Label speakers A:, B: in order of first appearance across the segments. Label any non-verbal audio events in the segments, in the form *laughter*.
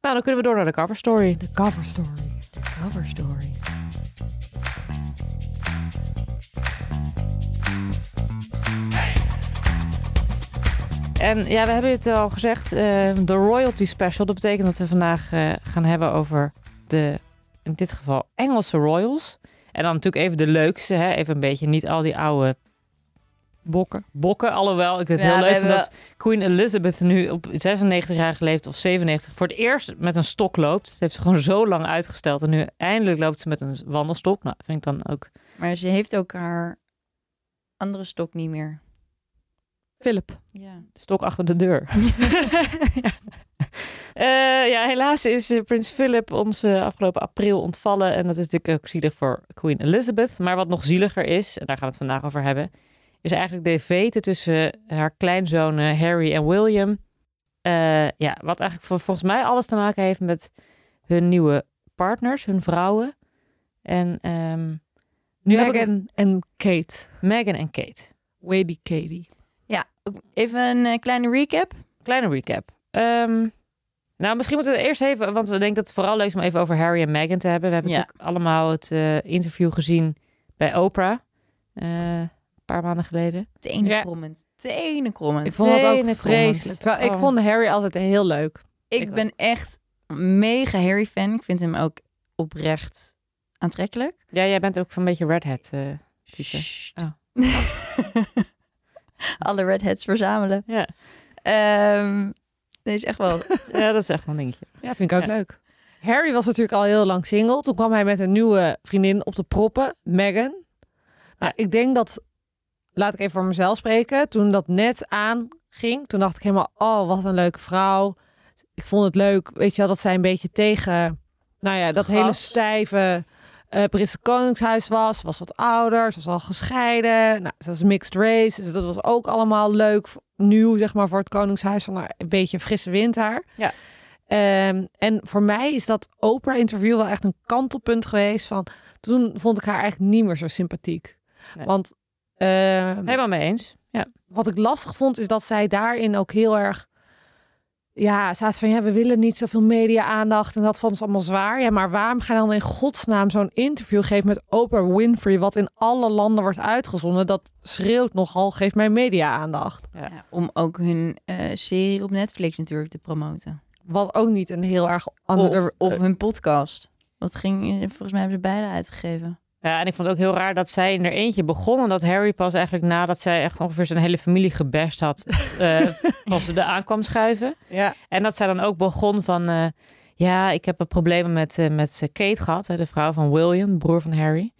A: Nou, dan kunnen we door naar de cover story.
B: De cover story. Cover story.
A: En ja, we hebben het al gezegd, eh, de royalty special. Dat betekent dat we vandaag eh, gaan hebben over de, in dit geval, Engelse royals. En dan natuurlijk even de leukste, hè? even een beetje niet al die oude
B: Bokken.
A: bokken. Alhoewel, ik het
B: Ja, we
A: heel leuk vind
B: hebben
A: dat Queen Elizabeth nu op 96 jaar leeft of 97 voor het eerst met een stok loopt. Dat heeft ze gewoon zo lang uitgesteld en nu eindelijk loopt ze met een wandelstok. Nou, vind ik dan ook
C: Maar ze heeft ook haar andere stok niet meer.
B: Philip.
C: Ja.
A: stok achter de
B: *laughs*
A: deur. ja. Eh, ja, helaas is eh, prins Philip ons eh, afgelopen april ontvallen. En dat is natuurlijk ook zielig voor Queen Elizabeth. Maar wat nog zieliger is, en daar gaan we het vandaag over hebben... is eigenlijk de vete tussen haar kleinzonen Harry en William. Eh, ja, wat eigenlijk vol- volgens mij alles te maken heeft met hun nieuwe partners, hun vrouwen. En ehm, nu heb ik-
B: Meghan en Kate.
A: Meghan en Kate.
B: Wady Katie.
C: Ja, ook even een eh, kleine recap.
A: kleine recap. Ehm, nou, misschien moeten we het eerst even, want we denken dat het vooral leuk is om even over Harry en Meghan te hebben. We hebben
C: Ja.
A: natuurlijk allemaal het eh, interview gezien bij Oprah. eh, een paar maanden geleden.
C: Tenen
B: Ja.
C: krommend. Tenen krommend.
B: Ik
C: Ik,
B: vond dat ook
A: Tenen
B: vreselijk.
A: krommend.
B: Terwijl ik
A: Oh.
B: vond Harry altijd heel leuk.
A: ik
C: ben echt mega Harry fan. Ik vind hem ook oprecht aantrekkelijk.
A: Ja, jij bent ook van een beetje redhead. eh. Type.
C: Sst.
A: Oh.
C: *laughs* Alle redheads verzamelen.
A: Ja.
C: Ehm nee, is echt wel...
A: *laughs* ja, dat is echt wel een dingetje.
B: Ja, vind ik ook
A: Ja.
B: leuk. Harry was natuurlijk al heel lang single. Toen kwam hij met een nieuwe vriendin op de proppen, Meghan. Nou, ik denk dat, laat ik even voor mezelf spreken. Toen dat net aanging, toen dacht ik helemaal, oh, wat een leuke vrouw. Ik vond het leuk, weet je wel, dat zij een beetje tegen, nou ja, dat
C: Gas.
B: hele stijve eh Britse koningshuis was. Ze was wat ouder, ze was al gescheiden. Nou, ze was mixed race, dus dat was ook allemaal leuk, nieuw, zeg maar, voor het koningshuis. Van nou, een beetje frisse wind daar. Ehm, en voor mij is dat Oprah-interview wel echt een kantelpunt geweest. Van, toen vond ik haar eigenlijk niet meer zo sympathiek.
A: Nee.
B: Want ehm,
A: *laughs* Helemaal mee eens. Ja.
B: wat ik lastig vond, is dat zij daarin ook heel erg... Ja, ze had van, ja, we willen niet zoveel media-aandacht en dat vond ze allemaal zwaar. Ja, maar waarom ga je dan in godsnaam zo'n interview geven met Oprah Winfrey... wat in alle landen wordt uitgezonden? Dat schreeuwt nogal, geef mij media-aandacht.
C: Ja, om ook hun eh, serie op Netflix natuurlijk te promoten.
B: Wat ook niet een heel erg...
C: Of, eh,
B: Under,
C: of hun podcast. Wat ging... eh, Volgens mij hebben ze beide uitgegeven.
A: ja, en ik vond het ook heel raar dat zij in er eentje begon. En dat Harry pas eigenlijk nadat zij echt ongeveer zijn hele familie gebest *laughs* had, eh pas de aankwam schuiven.
B: ja.
A: En dat zij dan ook begon van... eh, ja, ik heb problemen met, eh, met eh, Kate gehad. Hè, de vrouw van William, broer van Harry.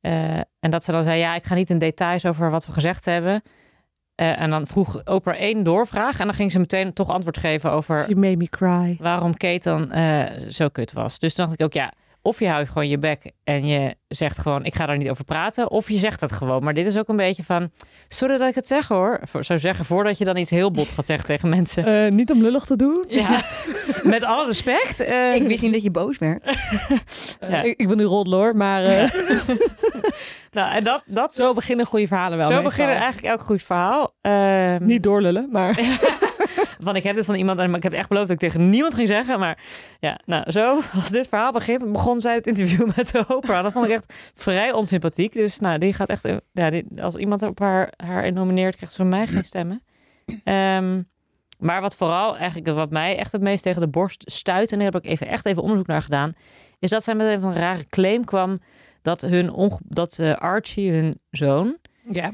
A: Eh, en dat ze dan zei... Ja, ik ga niet in details over wat we gezegd hebben. Eh, en dan vroeg Oprah één doorvraag. En dan ging ze meteen toch antwoord geven over...
B: She made me cry.
A: waarom Kate dan eh, zo kut was. Dus toen dacht ik ook, ja... Of je houdt gewoon je bek en je zegt gewoon... ik ga daar niet over praten. Of je zegt het gewoon. Maar dit is ook een beetje van... sorry dat ik het zeg hoor. Voor- Zou zeggen voordat je dan iets heel bot gaat zeggen tegen mensen.
B: Eh, niet om lullig te doen.
A: Ja, *laughs* met alle respect. eh,
C: Ik wist *laughs* niet dat je boos werd.
B: Eh,
A: Ja.
B: ik, ik ben nu roddelen hoor, maar eh,
A: nou, en dat, dat,
B: zo beginnen goede verhalen wel.
A: zo
B: meestal.
A: beginnen eigenlijk elk goed verhaal. Ehm,
B: Niet doorlullen, maar
A: Want ik heb dit van iemand en ik heb echt beloofd dat ik tegen niemand ging zeggen. Maar ja, nou, zo *laughs* als dit verhaal begint, begon zij het interview *laughs* met de Oprah. Dat vond ik echt vrij onsympathiek. Dus nou, die gaat echt. eh, Ja, die- als iemand op haar, haar nomineert, krijgt ze van mij geen stemmen. Ehm, maar wat vooral eigenlijk, wat mij echt het meest tegen de borst stuit, en daar heb ik even, echt even onderzoek naar gedaan, is dat zij met een van een rare claim kwam dat, hun onge- dat eh, Archie, hun zoon,
B: ja.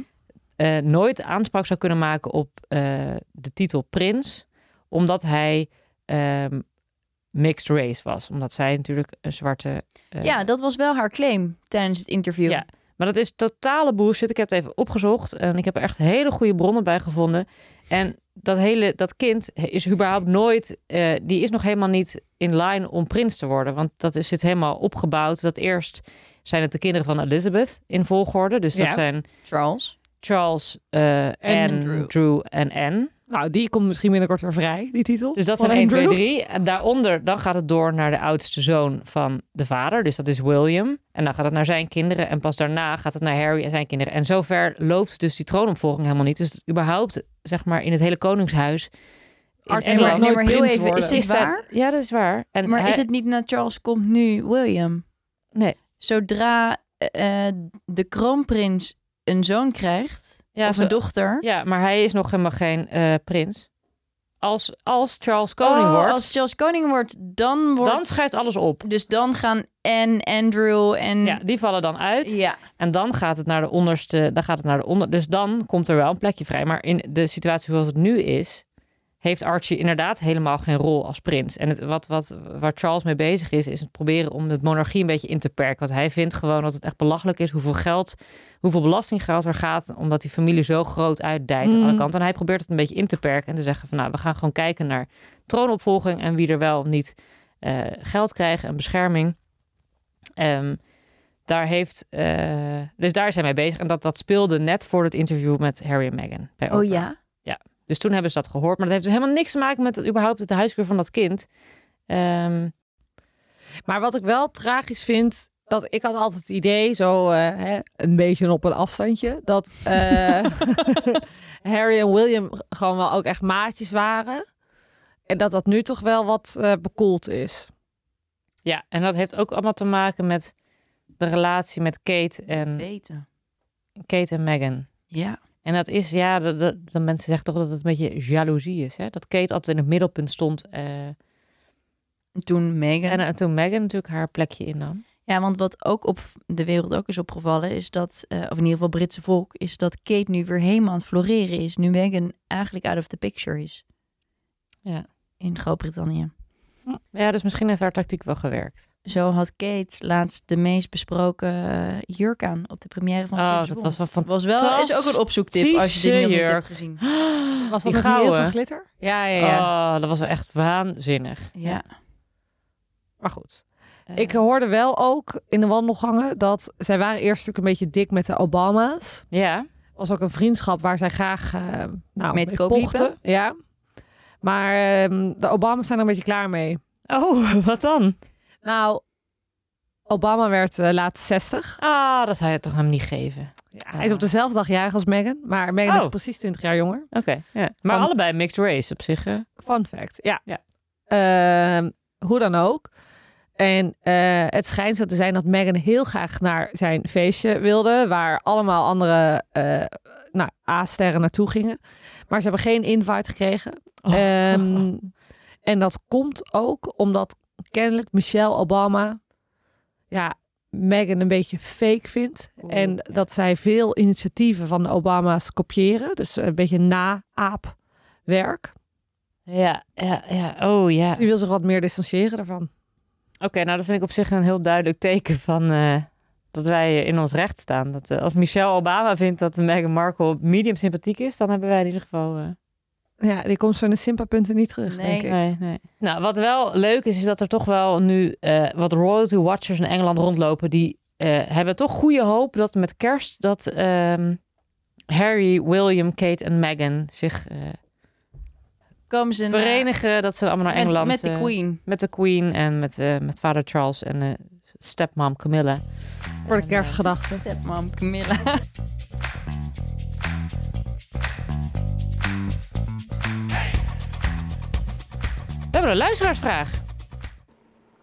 A: eh, nooit aanspraak zou kunnen maken op eh, de titel prins, omdat hij ehm, mixed race was. Omdat zij natuurlijk een zwarte. eh,
C: Ja, dat was wel haar claim tijdens het interview.
A: Ja. Maar dat is totale bullshit. Ik heb het even opgezocht en ik heb er echt hele goede bronnen bij gevonden. En dat hele dat kind is überhaupt nooit, eh, die is nog helemaal niet in line om prins te worden, want dat is zit helemaal opgebouwd. Dat eerst zijn het de kinderen van Elizabeth in volgorde, dus dat
B: Ja.
A: zijn
C: Charles.
A: Charles eh, en
B: Drew.
A: Drew en Anne.
B: Nou, die komt misschien binnenkort weer vrij, die titel.
A: Dus dat
B: van
A: zijn 1, 2,
B: Andrew.
A: 3. En daaronder, dan gaat het door naar de oudste zoon van de vader. Dus dat is William. En dan gaat het naar zijn kinderen. En pas daarna gaat het naar Harry en zijn kinderen. En zover loopt dus die troonopvolging helemaal niet. Dus überhaupt, zeg maar, in het hele koningshuis...
B: Arts
A: En
C: En
B: zal
A: maar-
B: nooit
C: maar heel
B: prins
C: even, is
B: worden.
C: dit
A: is zij-
C: waar?
A: Ja, dat is waar. En
C: Maar
A: hij-
C: is het niet na Charles komt nu William?
A: Nee.
C: Zodra eh, eh, de kroonprins een zoon krijgt,
A: ja,
C: of
A: zo-
C: een dochter...
A: ja, maar hij is nog helemaal geen eh, prins. Als, als Charles koning
C: Oh,
A: wordt,
C: Als Charles koning wordt, dan wordt...
A: dan schuift alles op.
C: Dus dan gaan en Andrew en...
A: Ja, die vallen dan uit.
C: Ja.
A: En dan gaat het naar de onderste. Dan gaat het naar de onder. Dus dan komt er wel een plekje vrij. Maar in de situatie zoals het nu is, heeft Archie inderdaad helemaal geen rol als prins. En het, wat, wat, waar Charles mee bezig is, is het proberen om de monarchie een beetje in te perken. Want hij vindt gewoon dat het echt belachelijk is hoeveel geld, hoeveel belastinggeld er gaat, omdat die familie zo groot uitdijt aan alle
B: Mm.
A: kanten. En hij probeert het een beetje in te perken en te zeggen van nou, we gaan gewoon kijken naar troonopvolging en wie er wel of niet eh, geld krijgt en bescherming. Ehm, daar heeft, eh, dus daar zijn wij bezig. En dat, dat speelde net voor het interview met Harry en Meghan. Bij
C: Oh
A: Oprah.
C: ja?
A: Dus toen hebben ze dat gehoord. Maar dat heeft dus helemaal niks te maken met het, überhaupt de huiskleur van dat kind. Ehm,
B: Maar wat ik wel tragisch vind, dat ik had altijd het idee, zo eh, hè, een beetje op een afstandje, dat eh, *laughs* Harry en William gewoon wel ook echt maatjes waren. En dat dat nu toch wel wat eh, bekoeld is.
A: ja, en dat heeft ook allemaal te maken met de relatie met Kate en,
C: Weten.
A: Kate en Meghan.
C: Ja.
A: En dat is, ja, de, de, de mensen zeggen toch dat het een beetje jaloezie is. Hè? Dat Kate altijd in het middelpunt stond. eh,
C: Toen Meghan.
A: en, eh, toen Meghan natuurlijk haar plekje innam.
C: Ja, want wat ook op de wereld ook is opgevallen, is dat, eh, of in ieder geval Britse volk, is dat Kate nu weer helemaal aan het floreren is. Nu Meghan eigenlijk out of the picture is.
A: Ja.
C: In Groot-Brittannië.
A: Ja, dus misschien heeft haar tactiek wel gewerkt.
C: Zo had Kate laatst de meest besproken eh, jurk aan op de première van
A: Oh,
C: James
A: dat was
C: Bond.
A: wel
C: was wel is ook een opzoektip als je dit nog niet
A: jurk.
C: hebt gezien.
B: Was
A: Die
B: dat nog heel
A: gouden.
B: veel glitter? Ja, ja, ja.
A: Oh, dat was wel echt waanzinnig.
C: Ja.
B: Maar goed.
A: Eh,
B: Ik hoorde wel ook in de wandelgangen dat zij waren eerst natuurlijk een beetje dik met de Obama's.
A: Ja,
B: was ook een vriendschap waar zij graag eh,
C: Met
B: nou, mee
C: koopliepen?
B: pochten. Ja. Maar ehm, de Obama's zijn er een beetje klaar mee.
A: Oh, *laughs* wat dan?
B: Nou, Obama werd eh, laatst 60.
A: Ah, dat zou je toch hem niet geven.
B: Hij is op dezelfde dag jarig als Meghan. Maar Meghan
A: Oh.
B: is precies 20 jaar jonger.
A: Oké, ja. Maar
B: Van-
A: allebei mixed race op zich. hè?
B: Fun fact, ja.
A: Ja.
B: Ehm, hoe dan ook. En eh, het schijnt zo te zijn dat Meghan heel graag naar zijn feestje wilde, waar allemaal andere eh, nou, A-sterren naartoe gingen. Maar ze hebben geen invite gekregen.
A: Oh. *laughs*
B: Ehm, en dat komt ook omdat kennelijk Michelle Obama ja, Meghan een beetje fake vindt.
A: Oeh,
B: en
A: ja.
B: dat zij veel initiatieven van de Obama's kopiëren. Dus een beetje na-aapwerk.
A: Ja, ja, ja. Oh ja.
B: Dus die wil zich wat meer distancieren daarvan.
A: Oké, nou dat vind ik op zich een heel duidelijk teken van eh, dat wij in ons recht staan. Dat, eh, als Michelle Obama vindt dat Meghan Markle medium sympathiek is, dan hebben wij in ieder geval. eh,
B: Ja, die komt zo in de Simpa-punten niet terug,
C: Nee.
B: denk ik.
A: Nee, nee. Nou, wat wel leuk is, is dat er toch wel nu eh, wat royalty watchers in Engeland rondlopen. Die eh, hebben toch goede hoop dat met kerst dat ehm, Harry, William, Kate en Meghan zich eh,
C: Komen ze na-
A: verenigen. Dat ze allemaal naar
C: eh, met,
A: Engeland.
C: met de
A: eh,
C: Queen.
A: met de Queen en met, eh, met vader Charles en eh stepmom Camilla.
B: Voor de kerstgedachte.
C: Stepmom Camilla. *laughs*
A: We hebben een luisteraarsvraag.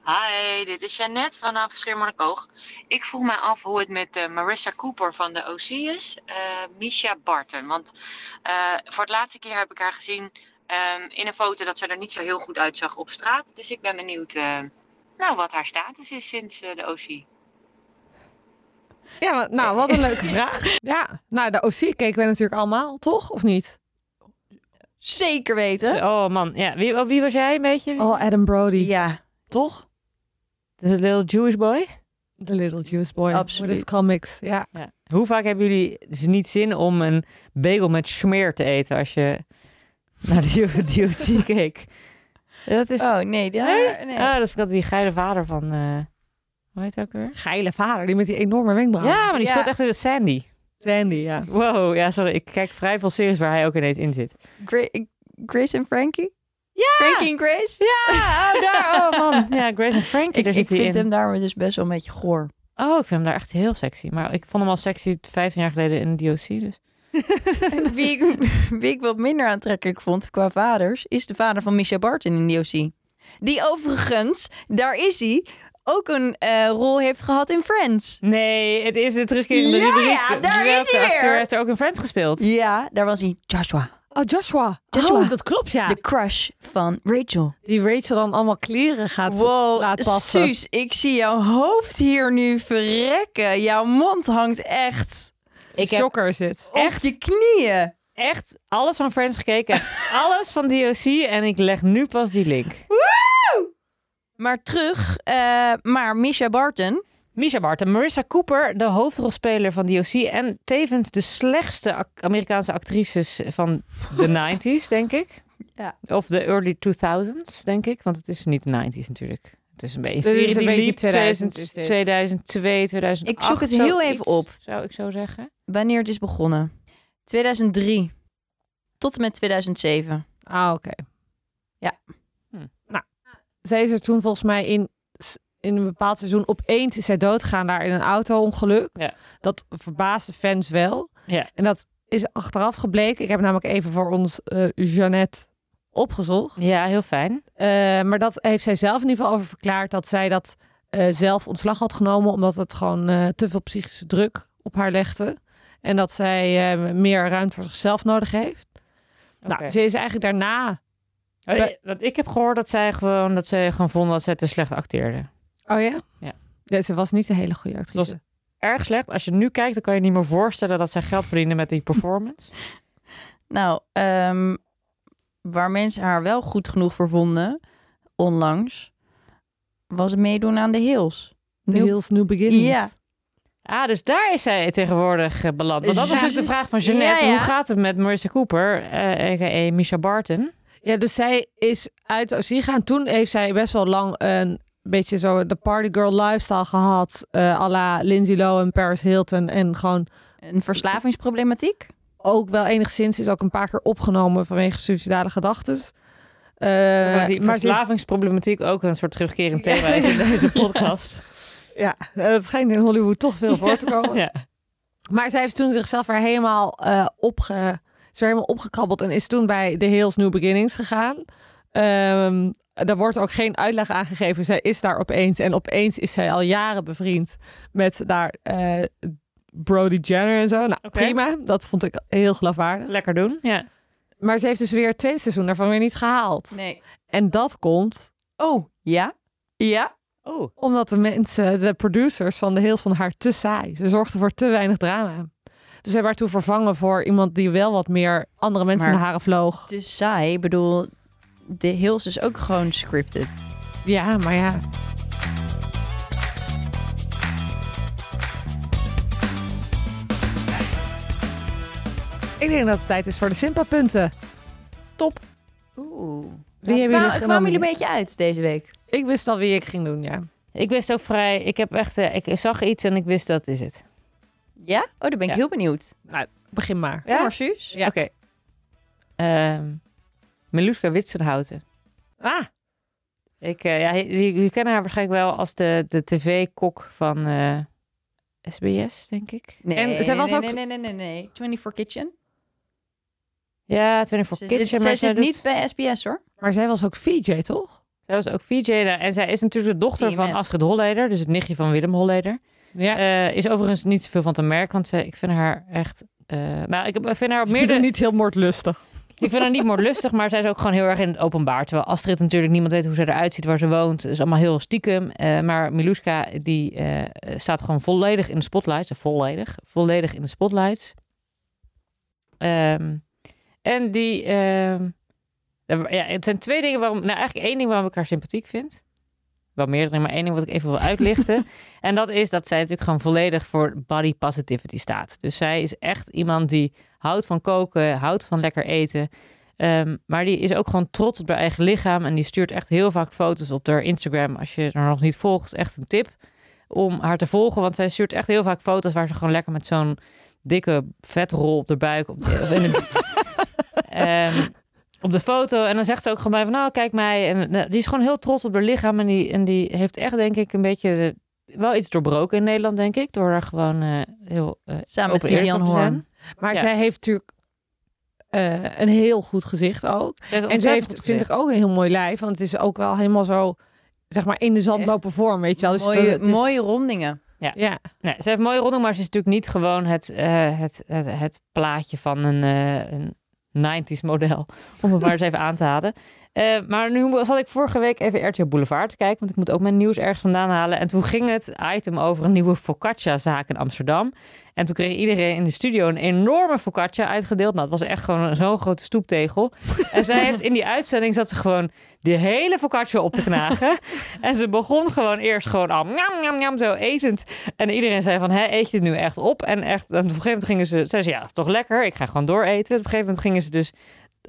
D: Hi, dit is Jeannette vanaf Schiermonnikoog. Ik vroeg mij af hoe het met eh, Marissa Cooper van de OC is, eh, Misha Barton. Want eh, voor het laatste keer heb ik haar gezien ehm, in een foto dat ze er niet zo heel goed uitzag op straat. Dus ik ben benieuwd eh, nou, wat haar status is sinds eh, de OC.
B: Ja, maar- nou, wat een *laughs* leuke vraag. Ja, nou, de OC keken we natuurlijk allemaal, toch? Of niet?
C: Zeker weten.
A: Oh man, ja. Wie, oh, wie was jij een beetje?
B: Oh, Adam Brody.
C: Ja.
B: Toch?
A: The little Jewish boy?
B: The Little Juice Boy.
C: Absoluut.
B: With his comics, ja.
A: Ja. Hoe vaak hebben jullie dus niet zin om een bagel met smeer te eten als je naar de *laughs* DOC keek? Dat is.
C: Oh nee, daar, nee.
A: Ah, dat is altijd die geile vader van. eh hoe heet hij ook weer?
B: Geile vader, die met die enorme wenkbrauwen.
A: Oh. Ja, maar die
C: ja.
A: speelt echt in de Sandy.
B: Sandy, ja.
A: Wow, ja, sorry. Ik kijk vrij veel series waar hij ook ineens in zit.
C: Gra- Grace en Frankie? Ja! Frankie en Grace?
A: Ja, oh,
C: *laughs*
A: daar. Oh man. *laughs* Ja, Grace en Frankie,
C: Ik,
A: daar
C: ik
A: zit hij in.
C: vind hem daar dus best wel een beetje goor.
A: Oh, ik vind hem daar echt heel sexy. Maar ik vond hem al sexy 15 jaar geleden in de DOC. Dus.
C: *laughs* wie, ik, wie ik wat minder aantrekkelijk vond qua vaders, is de vader van Misha Barton in die OC. Die overigens, daar is hij, ook een eh, rol heeft gehad in Friends.
A: Nee, het is de terugkerende
C: Ja,
A: rubriek.
C: ja, daar
A: Die
C: is
A: heeft-
C: hij
A: de
C: weer.
A: acteur heeft er ook in Friends gespeeld.
C: Ja, daar was hij Joshua,
B: Oh, Joshua.
C: Joshua.
B: Oh, dat klopt, ja.
C: de crush van Rachel.
B: Die Rachel dan allemaal kleren gaat laten passen.
C: Suus, ik zie jouw hoofd hier nu verrekken. Jouw mond hangt echt
A: Ik heb
B: Shocker zit.
A: Echt?
C: op je knieën.
A: echt alles van Friends gekeken. alles van DOC. En ik leg nu pas die link.
C: Maar terug, eh, maar Misha Barton.
A: Misha Bart en Marissa Cooper, de hoofdrolspeler van DOC. En tevens de slechtste ac- Amerikaanse actrices van de 90s, denk ik.
C: Ja.
A: Of de early 2000s, denk ik. Want het is niet de 90s natuurlijk. Het is een beetje.
B: Dit is een
A: die
B: beetje
A: liep
B: 2000 is dit.
A: 2002, 2008.
C: Ik zoek het heel
A: zoiets,
C: even op.
A: Zou ik zo zeggen.
C: Wanneer het is begonnen? 2003 tot en met 2007.
B: Ah, oké.
C: Ja.
A: Hm.
B: Nou, zij is er toen volgens mij in, in een bepaald seizoen opeens is zij doodgaan daar in een auto-ongeluk.
A: Ja.
B: Dat verbaasde fans wel.
A: Ja.
B: En dat is achteraf gebleken. Ik heb namelijk even voor ons eh Jeannette opgezocht.
A: Ja, heel fijn.
B: Eh, maar dat heeft zij zelf in ieder geval over verklaard dat zij dat eh, zelf ontslag had genomen omdat het gewoon eh, te veel psychische druk op haar legde. En dat zij eh, meer ruimte voor zichzelf nodig heeft.
A: Oké.
B: Nou, ze is eigenlijk daarna.
A: Oh, ja, Want ik heb gehoord dat zij gewoon, dat zij gewoon vonden dat zij te slecht acteerde.
B: Oh ja?
A: Ja.
B: Nee, ze was niet een hele goede actrice.
A: Het Erg slecht. Als je nu kijkt, dan kan je niet meer voorstellen dat zij geld verdiende met die performance.
C: Nou, ehm, waar mensen haar wel goed genoeg voor vonden, onlangs, was het meedoen aan de Hills.
B: The Hills New Beginnings.
C: Ja.
A: Ah, dus daar is zij tegenwoordig eh, beland. Want dat was
C: Ja.
A: natuurlijk de vraag van Jeannette.
C: Ja, ja.
A: Hoe gaat het met Marissa Cooper, eh a.k.a. Misha Barton?
B: Ja, dus zij is uit de OC gegaan. Toen heeft zij best wel lang een beetje zo de partygirl lifestyle gehad. eh à la Lindsay Lohan, Paris Hilton. En gewoon
C: Een verslavingsproblematiek.
B: ook wel enigszins is ook een paar keer opgenomen vanwege suicidale gedachten. Eh,
A: die
B: maar ze is-
A: verslavingsproblematiek ook een soort terugkerend thema
B: *laughs*
A: is in deze podcast.
B: ja, dat schijnt in Hollywood toch
A: *laughs*
B: veel voor te komen.
A: Ja.
B: Maar zij heeft toen zichzelf weer helemaal, eh, opge, is weer helemaal opgekrabbeld en is toen bij The Hills New Beginnings gegaan. Ehm, daar wordt ook geen uitleg aan gegeven. Zij is daar opeens en opeens is zij al jaren bevriend met daar eh, Brody Jenner en zo. Nou,
A: Oké.
B: prima. Dat vond ik heel geloofwaardig.
A: Lekker doen, ja.
B: Maar ze heeft dus weer het tweede seizoen daarvan weer niet gehaald.
C: Nee.
B: En dat komt
C: Oh, ja? Ja?
A: Oh,
B: Omdat de mensen, de producers van de Hills van haar te saai. Ze zorgden voor te weinig drama. Dus zij werd toen vervangen voor iemand die wel wat meer andere mensen in
C: Maar-
B: de haren vloog.
C: te saai. Ik bedoel, de Hills is ook gewoon scripted.
B: Ja, maar ja. Ik denk dat het tijd is voor de Simpa-punten. Top.
C: Oeh.
B: Wie hebben
C: kwamen
B: jullie
C: jullie
B: genomen?
C: een beetje uit deze week?
B: Ik wist al wie ik ging doen, ja.
A: ik wist ook vrij... Ik, heb echt, eh, ik zag iets en ik wist dat is het.
C: Ja? Oh, daar ben ik
A: Ja.
C: heel benieuwd.
B: Begin maar.
A: Ja?
C: Kom maar, Suus.
B: Ja.
A: Oké. Ehm Meluska Witsenhouten.
B: Ah,
A: Ik, eh, ja, jullie jullie kennen haar waarschijnlijk wel als de, de tv-kok van eh, SBS, denk ik.
C: Nee,
B: En zij was
C: nee,
B: ook-
C: Nee, nee, nee, nee, nee. 24 Kitchen.
A: Ja, 24
C: Zij
A: Kitchen.
C: zit, zij
A: maar
C: zit
A: doet-
C: niet bij SBS, hoor.
B: maar zij was ook VJ, toch?
A: Zij was ook VJ daar. En zij is natuurlijk de dochter
C: Team
A: van
C: app.
A: Astrid Holleder. Dus het nichtje van Willem Holleder.
B: Ja.
A: Eh, is overigens niet zoveel van te merken. Want zij- ik vind haar echt... eh, nou, ik, heb- ik vind haar op meerdere...
B: niet heel moordlustig.
A: ik vind haar niet moordlustig, maar zij is ook gewoon heel erg in het openbaar. Terwijl Astrid natuurlijk niemand weet hoe zij eruit ziet, waar ze woont. Het is allemaal heel stiekem. Eh, maar Miluska, die eh, staat gewoon volledig in de spotlights. Eh, Volledig. Volledig in de spotlights. Ehm, en die... ehm, er- ja, het zijn twee dingen waarom... Nou, eigenlijk één ding waarom ik haar sympathiek vind. Wel meerdere, maar één ding wat ik even wil uitlichten. en dat is dat zij natuurlijk gewoon volledig voor body positivity staat. Dus zij is echt iemand die houdt van koken, houdt van lekker eten. Ehm, maar die is ook gewoon trots op haar eigen lichaam. En die stuurt echt heel vaak foto's op haar Instagram. Als je haar nog niet volgt, is echt een tip om haar te volgen. Want zij stuurt echt heel vaak foto's waar ze gewoon lekker met zo'n dikke vetrol op de buik. Op de, of in de, Ehm, op de foto. En dan zegt ze ook gewoon bij van, nou kijk mij. En nou, die is gewoon heel trots op haar lichaam. En die, en die heeft echt denk ik een beetje... de- wel iets doorbroken in Nederland, denk ik. Door daar gewoon eh, heel eh,
C: Samen met
A: open eerlijk
C: Vivian
A: over te
C: Hoorn.
A: zijn.
B: Maar
A: Ja.
B: zij heeft natuurlijk eh, een heel goed gezicht ook.
A: Ze heeft
B: En ze
A: ontzettend
B: heeft,
A: goed
B: vind ik,
A: gezicht.
B: ook een heel mooi lijf. Want het is ook wel helemaal zo, zeg maar, in de zand
C: Echt.
B: lopen vorm, weet je wel. Dus
C: mooie,
B: dat- het is-
C: mooie rondingen.
B: Ja,
A: Nee, ze heeft mooie ronding, maar ze is natuurlijk niet gewoon het, eh, het, het, het plaatje van een, eh, een 90s model. Om het maar eens even aan te halen. Eh, maar nu zat ik vorige week even RTL Boulevard te kijken, want ik moet ook mijn nieuws ergens vandaan halen. En toen ging het item over een nieuwe focaccia-zaak in Amsterdam. En toen kreeg iedereen in de studio een enorme focaccia uitgedeeld. Nou, het was echt gewoon zo'n grote stoeptegel. En zij heeft in die uitzending zat ze gewoon de hele focaccia op te knagen. En ze begon gewoon eerst gewoon al njam, njam, njam, zo etend. En iedereen zei van, hè, eet je dit nu echt op? En echt, en op een gegeven moment gingen ze, zei ze, ja, is toch lekker, ik ga gewoon dooreten. Op een gegeven moment gingen ze dus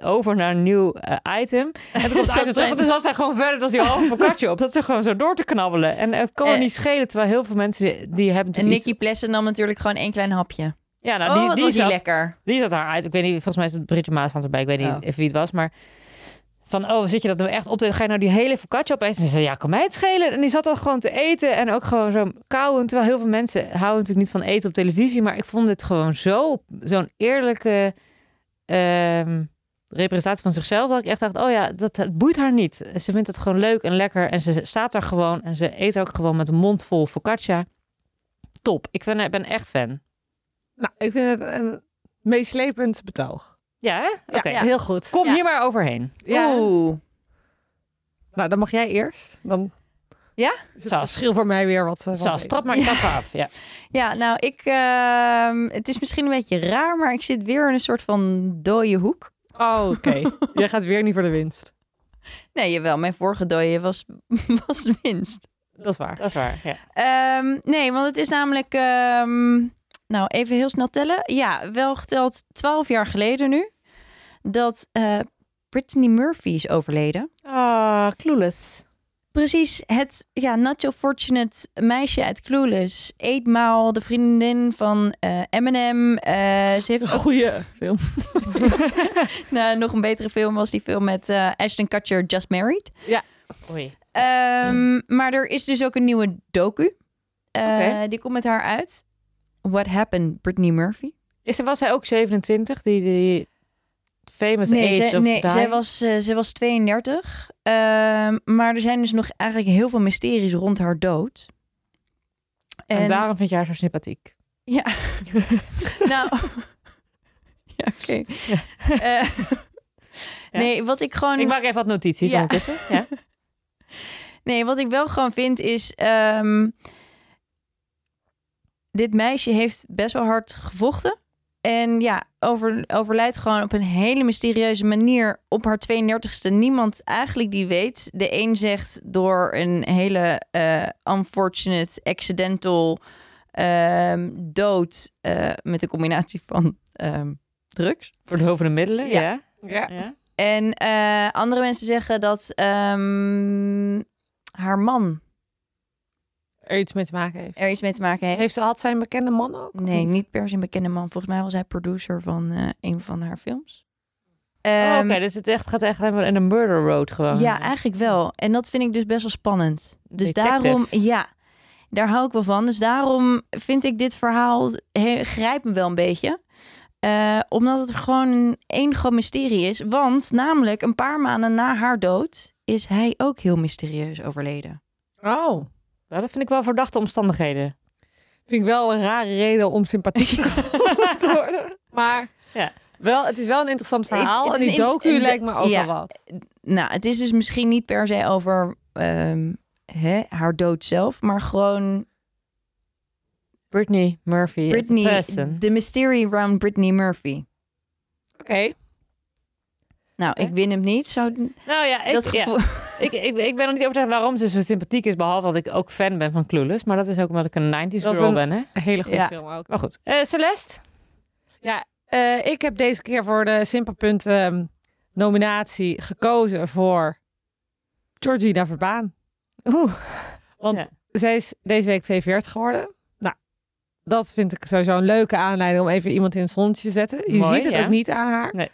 A: over naar een nieuw eh, item. En
C: *laughs*
A: toen komt het
C: Zo
A: item terug,
C: fijn.
A: dus had zij gewoon verder, als die halve focaccia op. Dat ze gewoon zo door te knabbelen. En het kan er
C: Eh.
A: niet schelen, terwijl heel veel mensen, die, die hebben
C: En
A: natuurlijk iets-
C: Nicky Plessen nam natuurlijk gewoon één klein hapje.
A: Ja, nou,
C: oh,
A: die,
C: wat
A: die,
C: was die
A: zat,
C: lekker.
A: die zat haar uit. Ik weet niet, volgens mij is het Bridget Maasland erbij. Ik weet niet
C: Oh.
A: even wie het was, maar... Van, oh, zit je dat nou echt op te... Ga je nou die hele focaccia opeens? En ze zei, ja, kan mij het schelen. En die zat dan gewoon te eten en ook gewoon zo kauwen. Terwijl heel veel mensen houden natuurlijk niet van eten op televisie. Maar ik vond het gewoon zo, zo'n eerlijke ehm, representatie van zichzelf. Dat ik echt dacht, oh ja, dat, het boeit haar niet. Ze vindt het gewoon leuk en lekker. En ze staat daar gewoon en ze eet ook gewoon met een mond vol focaccia. Top. Ik ben, ik ben echt fan.
B: nou, ik vind het een meeslepend betoog.
A: Ja, hè? Oké.
B: Ja, heel goed.
A: Kom
C: Ja.
A: hier maar overheen.
B: Ja.
C: Oeh.
B: Nou, dan mag jij eerst. Dan
C: Ja?
B: is het
A: Sas.
B: verschil voor mij weer wat... eh, wat
A: Sas,
B: beter.
A: trap maar je kap af. Ja.
C: Ja, nou, ik, ehm, het is misschien een beetje raar, maar ik zit weer in een soort van dode hoek.
B: Oh, oké. *laughs* jij gaat weer niet voor de winst.
C: Nee, jawel, mijn vorige dode was, *laughs* was winst.
B: Dat is waar.
A: *laughs* Dat is waar. Ja.
C: Ehm, nee, want het is namelijk, ehm, nou, even heel snel tellen. Ja, wel geteld 12 jaar geleden nu, dat eh Brittany Murphy is overleden.
A: Ah, clueless.
C: Precies, het ja, not so fortunate meisje uit Clueless. Eetmaal, de vriendin van eh, Eminem. Eh, ze heeft ook
B: Goeie film.
C: Nou, nog een betere film was die film met eh, Ashton Kutcher, Just Married.
A: Oei.
C: Ehm, Maar er is dus ook een nieuwe docu. Eh,
A: Oké.
C: Die komt met haar uit. What Happened, Brittany Murphy?
A: Is, was hij ook 27? Die, die famous
C: nee,
A: age
C: zij,
A: of
C: nee
A: die?
C: zij, was, eh, zij was 32. Ehm, maar er zijn dus nog eigenlijk heel veel mysteries rond haar dood.
A: en... waarom vind je haar zo sympathiek?
C: Ja. *laughs*
A: *laughs*
C: nou. ja, oké. Eh,
A: Ja.
C: Nee, wat ik gewoon...
A: Ik maak even wat notities
C: Ja. *laughs*
A: ondertussen. Ja.
C: Nee, wat ik wel gewoon vind is. ehm, dit meisje heeft best wel hard gevochten. En ja, over, overlijdt gewoon op een hele mysterieuze manier op haar 32e. Niemand eigenlijk die weet. De een zegt door een hele eh, unfortunate, accidental ehm, dood. eh, met een combinatie van ehm, drugs.
A: Verdovende middelen. Ja.
C: Ja.
A: ja.
B: Ja.
C: En eh, andere mensen zeggen dat ehm, haar man
B: Er iets mee te maken heeft.
C: er iets mee te maken heeft.
B: Heeft ze, had zij een bekende man ook? of
C: Nee, niet per se een bekende man. Volgens mij was hij producer van eh, een van haar films.
A: Oh, Oké,
C: Ehm,
A: dus het echt, gaat echt helemaal in een murder road gewoon.
C: Ja, eigenlijk wel. En dat vind ik dus best wel spannend. Dus
A: eh, Detective.
C: daarom, ja, daar hou ik wel van. Dus daarom vind ik dit verhaal, he, grijp me wel een beetje. Eh, omdat het gewoon een één groot mysterie is. Want namelijk een paar maanden na haar dood is hij ook heel mysterieus overleden.
B: Oh.
A: Nou, dat vind ik wel verdachte omstandigheden.
B: Vind ik wel een rare reden om sympathiek *laughs* te worden. Maar
A: Ja.
B: wel, het is wel een interessant verhaal.
C: het
B: en
C: is
B: die
C: een-
B: docu
C: een-
B: lijkt me ook
C: ja.
B: wel wat.
C: nou, het is dus misschien niet per se over ehm, hè, haar dood zelf, maar gewoon
A: Britney Murphy is
C: Britney,
A: a person.
C: de mystery round Britney Murphy.
B: Oké.
C: Nou,
A: Oké.
C: ik win hem niet. Zou
A: Nou ja, ik,
C: dat
A: ja.
C: gevoel?
A: Ik, ik, ik ben nog niet overtuigd waarom ze zo sympathiek is, behalve dat ik ook fan ben van Clueless. Maar dat is ook omdat ik een 90s
B: Dat is
A: girl
B: een-
A: ben, hè?
B: Een hele goede
C: Ja.
B: film ook.
A: Maar goed. Eh, Celeste?
B: Ja, eh, ik heb deze keer voor de Simpelpunt ehm, nominatie gekozen voor Georgina Verbaan.
A: Oeh.
B: Want
A: Ja.
B: zij is deze week 42 geworden. Nou, dat vind ik sowieso een leuke aanleiding om even iemand in het zonnetje te zetten. Je
A: Mooi,
B: ziet het
A: ja.
B: ook niet aan haar.
A: Nee.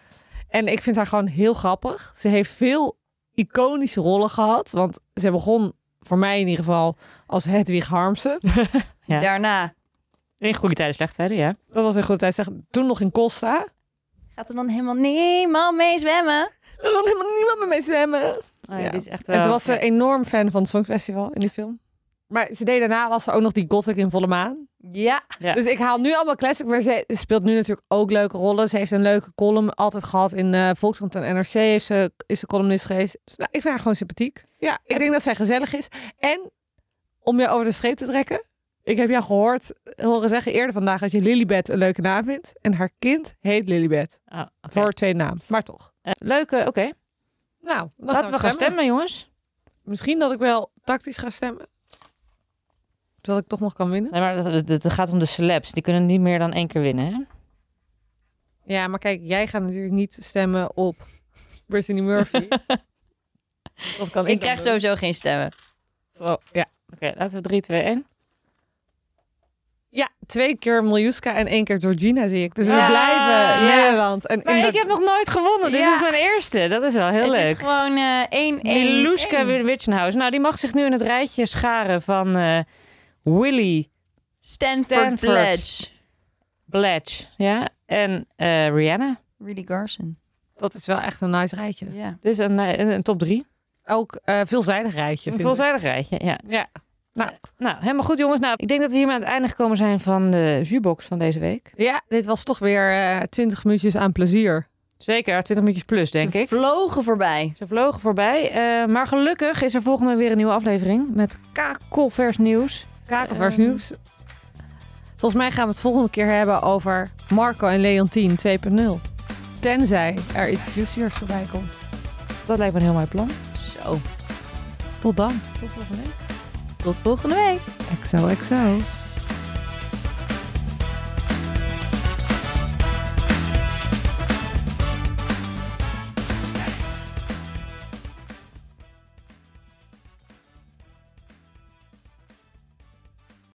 B: En ik vind haar gewoon heel grappig. Ze heeft veel iconische rollen gehad. Want ze begon, voor mij in ieder geval, als Hedwig Harmsen.
A: Ja.
C: Daarna
A: In goede tijden, slechte tijden, ja.
B: Dat was in goede tijd. Zeg, toen nog in Costa.
C: Gaat er dan helemaal niemand mee zwemmen?
B: Er kon helemaal niemand meer mee zwemmen.
A: Ah, ja,
B: Ja.
A: Dit is echt
B: En toen
A: wel-
B: was ze
A: ja.
B: enorm fan van het Songfestival in die film. Maar ze deed daarna was er ook nog die gothic in volle maan.
C: Ja.
A: Ja.
B: Dus ik haal nu allemaal classic, maar ze speelt nu natuurlijk ook leuke rollen. Ze heeft een leuke column altijd gehad in eh, Volkskrant en NRC. Heeft ze, is ze columnist geweest. Dus, nou, ik vind haar gewoon sympathiek. Ja, ik denk dat zij gezellig is. En om je over de streep te trekken. Ik heb jou gehoord horen zeggen eerder vandaag dat je Lilybeth een leuke naam vindt. En haar kind heet Lilybeth.
A: Ah, oké.
B: Voor twee naam, maar toch.
A: Eh, leuke, oké.
B: Nou, dan
A: Laten we gaan stemmen, jongens.
B: Misschien dat ik wel tactisch ga stemmen. Zodat ik toch nog kan winnen.
A: Nee, maar het, het- het gaat om de celebs. Die kunnen niet meer dan één keer winnen, hè?
B: Ja, maar kijk, jij gaat natuurlijk niet stemmen op Brittany Murphy. *laughs* dat kan ik,
C: Ik krijg
B: dan
C: sowieso geen stemmen.
B: doen. Zo, ja.
A: Oké, laten we 3, 2, 1.
B: ja, twee keer Miljuska en één keer Georgina zie ik. Dus
A: Ja.
B: we blijven
A: Ja.
B: Nederland. En
A: Maar
B: in de-
A: ik heb nog nooit gewonnen. dus Dit
C: Ja.
A: is mijn eerste. Dat is wel heel
C: het
A: leuk.
C: is gewoon eh, één, één,
A: Milushka
C: één.
A: Witchenhouse. Nou, die mag zich nu in het rijtje scharen van eh, Willy
C: Stanford,
A: Stanford.
C: Pledge.
A: Blatch. Ja? En eh, Rihanna.
C: Really Garson.
B: Dat is wel echt een nice rijtje.
C: Ja.
A: Dit is een, eh, een, een top 3.
B: Ook eh, veelzijdig rijtje.
A: Een
B: vind ik.
A: veelzijdig rijtje, ja.
B: Ja.
A: Nou, helemaal goed jongens. Nou, ik denk dat we hiermee aan het einde gekomen zijn van de jukebox van deze week.
B: ja, dit was toch weer eh, twintig minuutjes aan plezier.
A: Zeker, 20 minuutjes plus, denk
C: Ze
A: ik.
C: vlogen voorbij.
A: Ze vlogen voorbij. eh, maar gelukkig is er volgende week weer een nieuwe aflevering met kakelvers nieuws.
B: Kakelvers nieuws. Ehm, Volgens mij gaan we het volgende keer hebben over Marco en Leontien 2.0. Tenzij er iets juiciers voorbij komt.
A: Eh, Dat lijkt me een heel mooi plan.
C: Zo.
B: Tot dan. Tot volgende week.
C: Tot volgende week.
B: XOXO.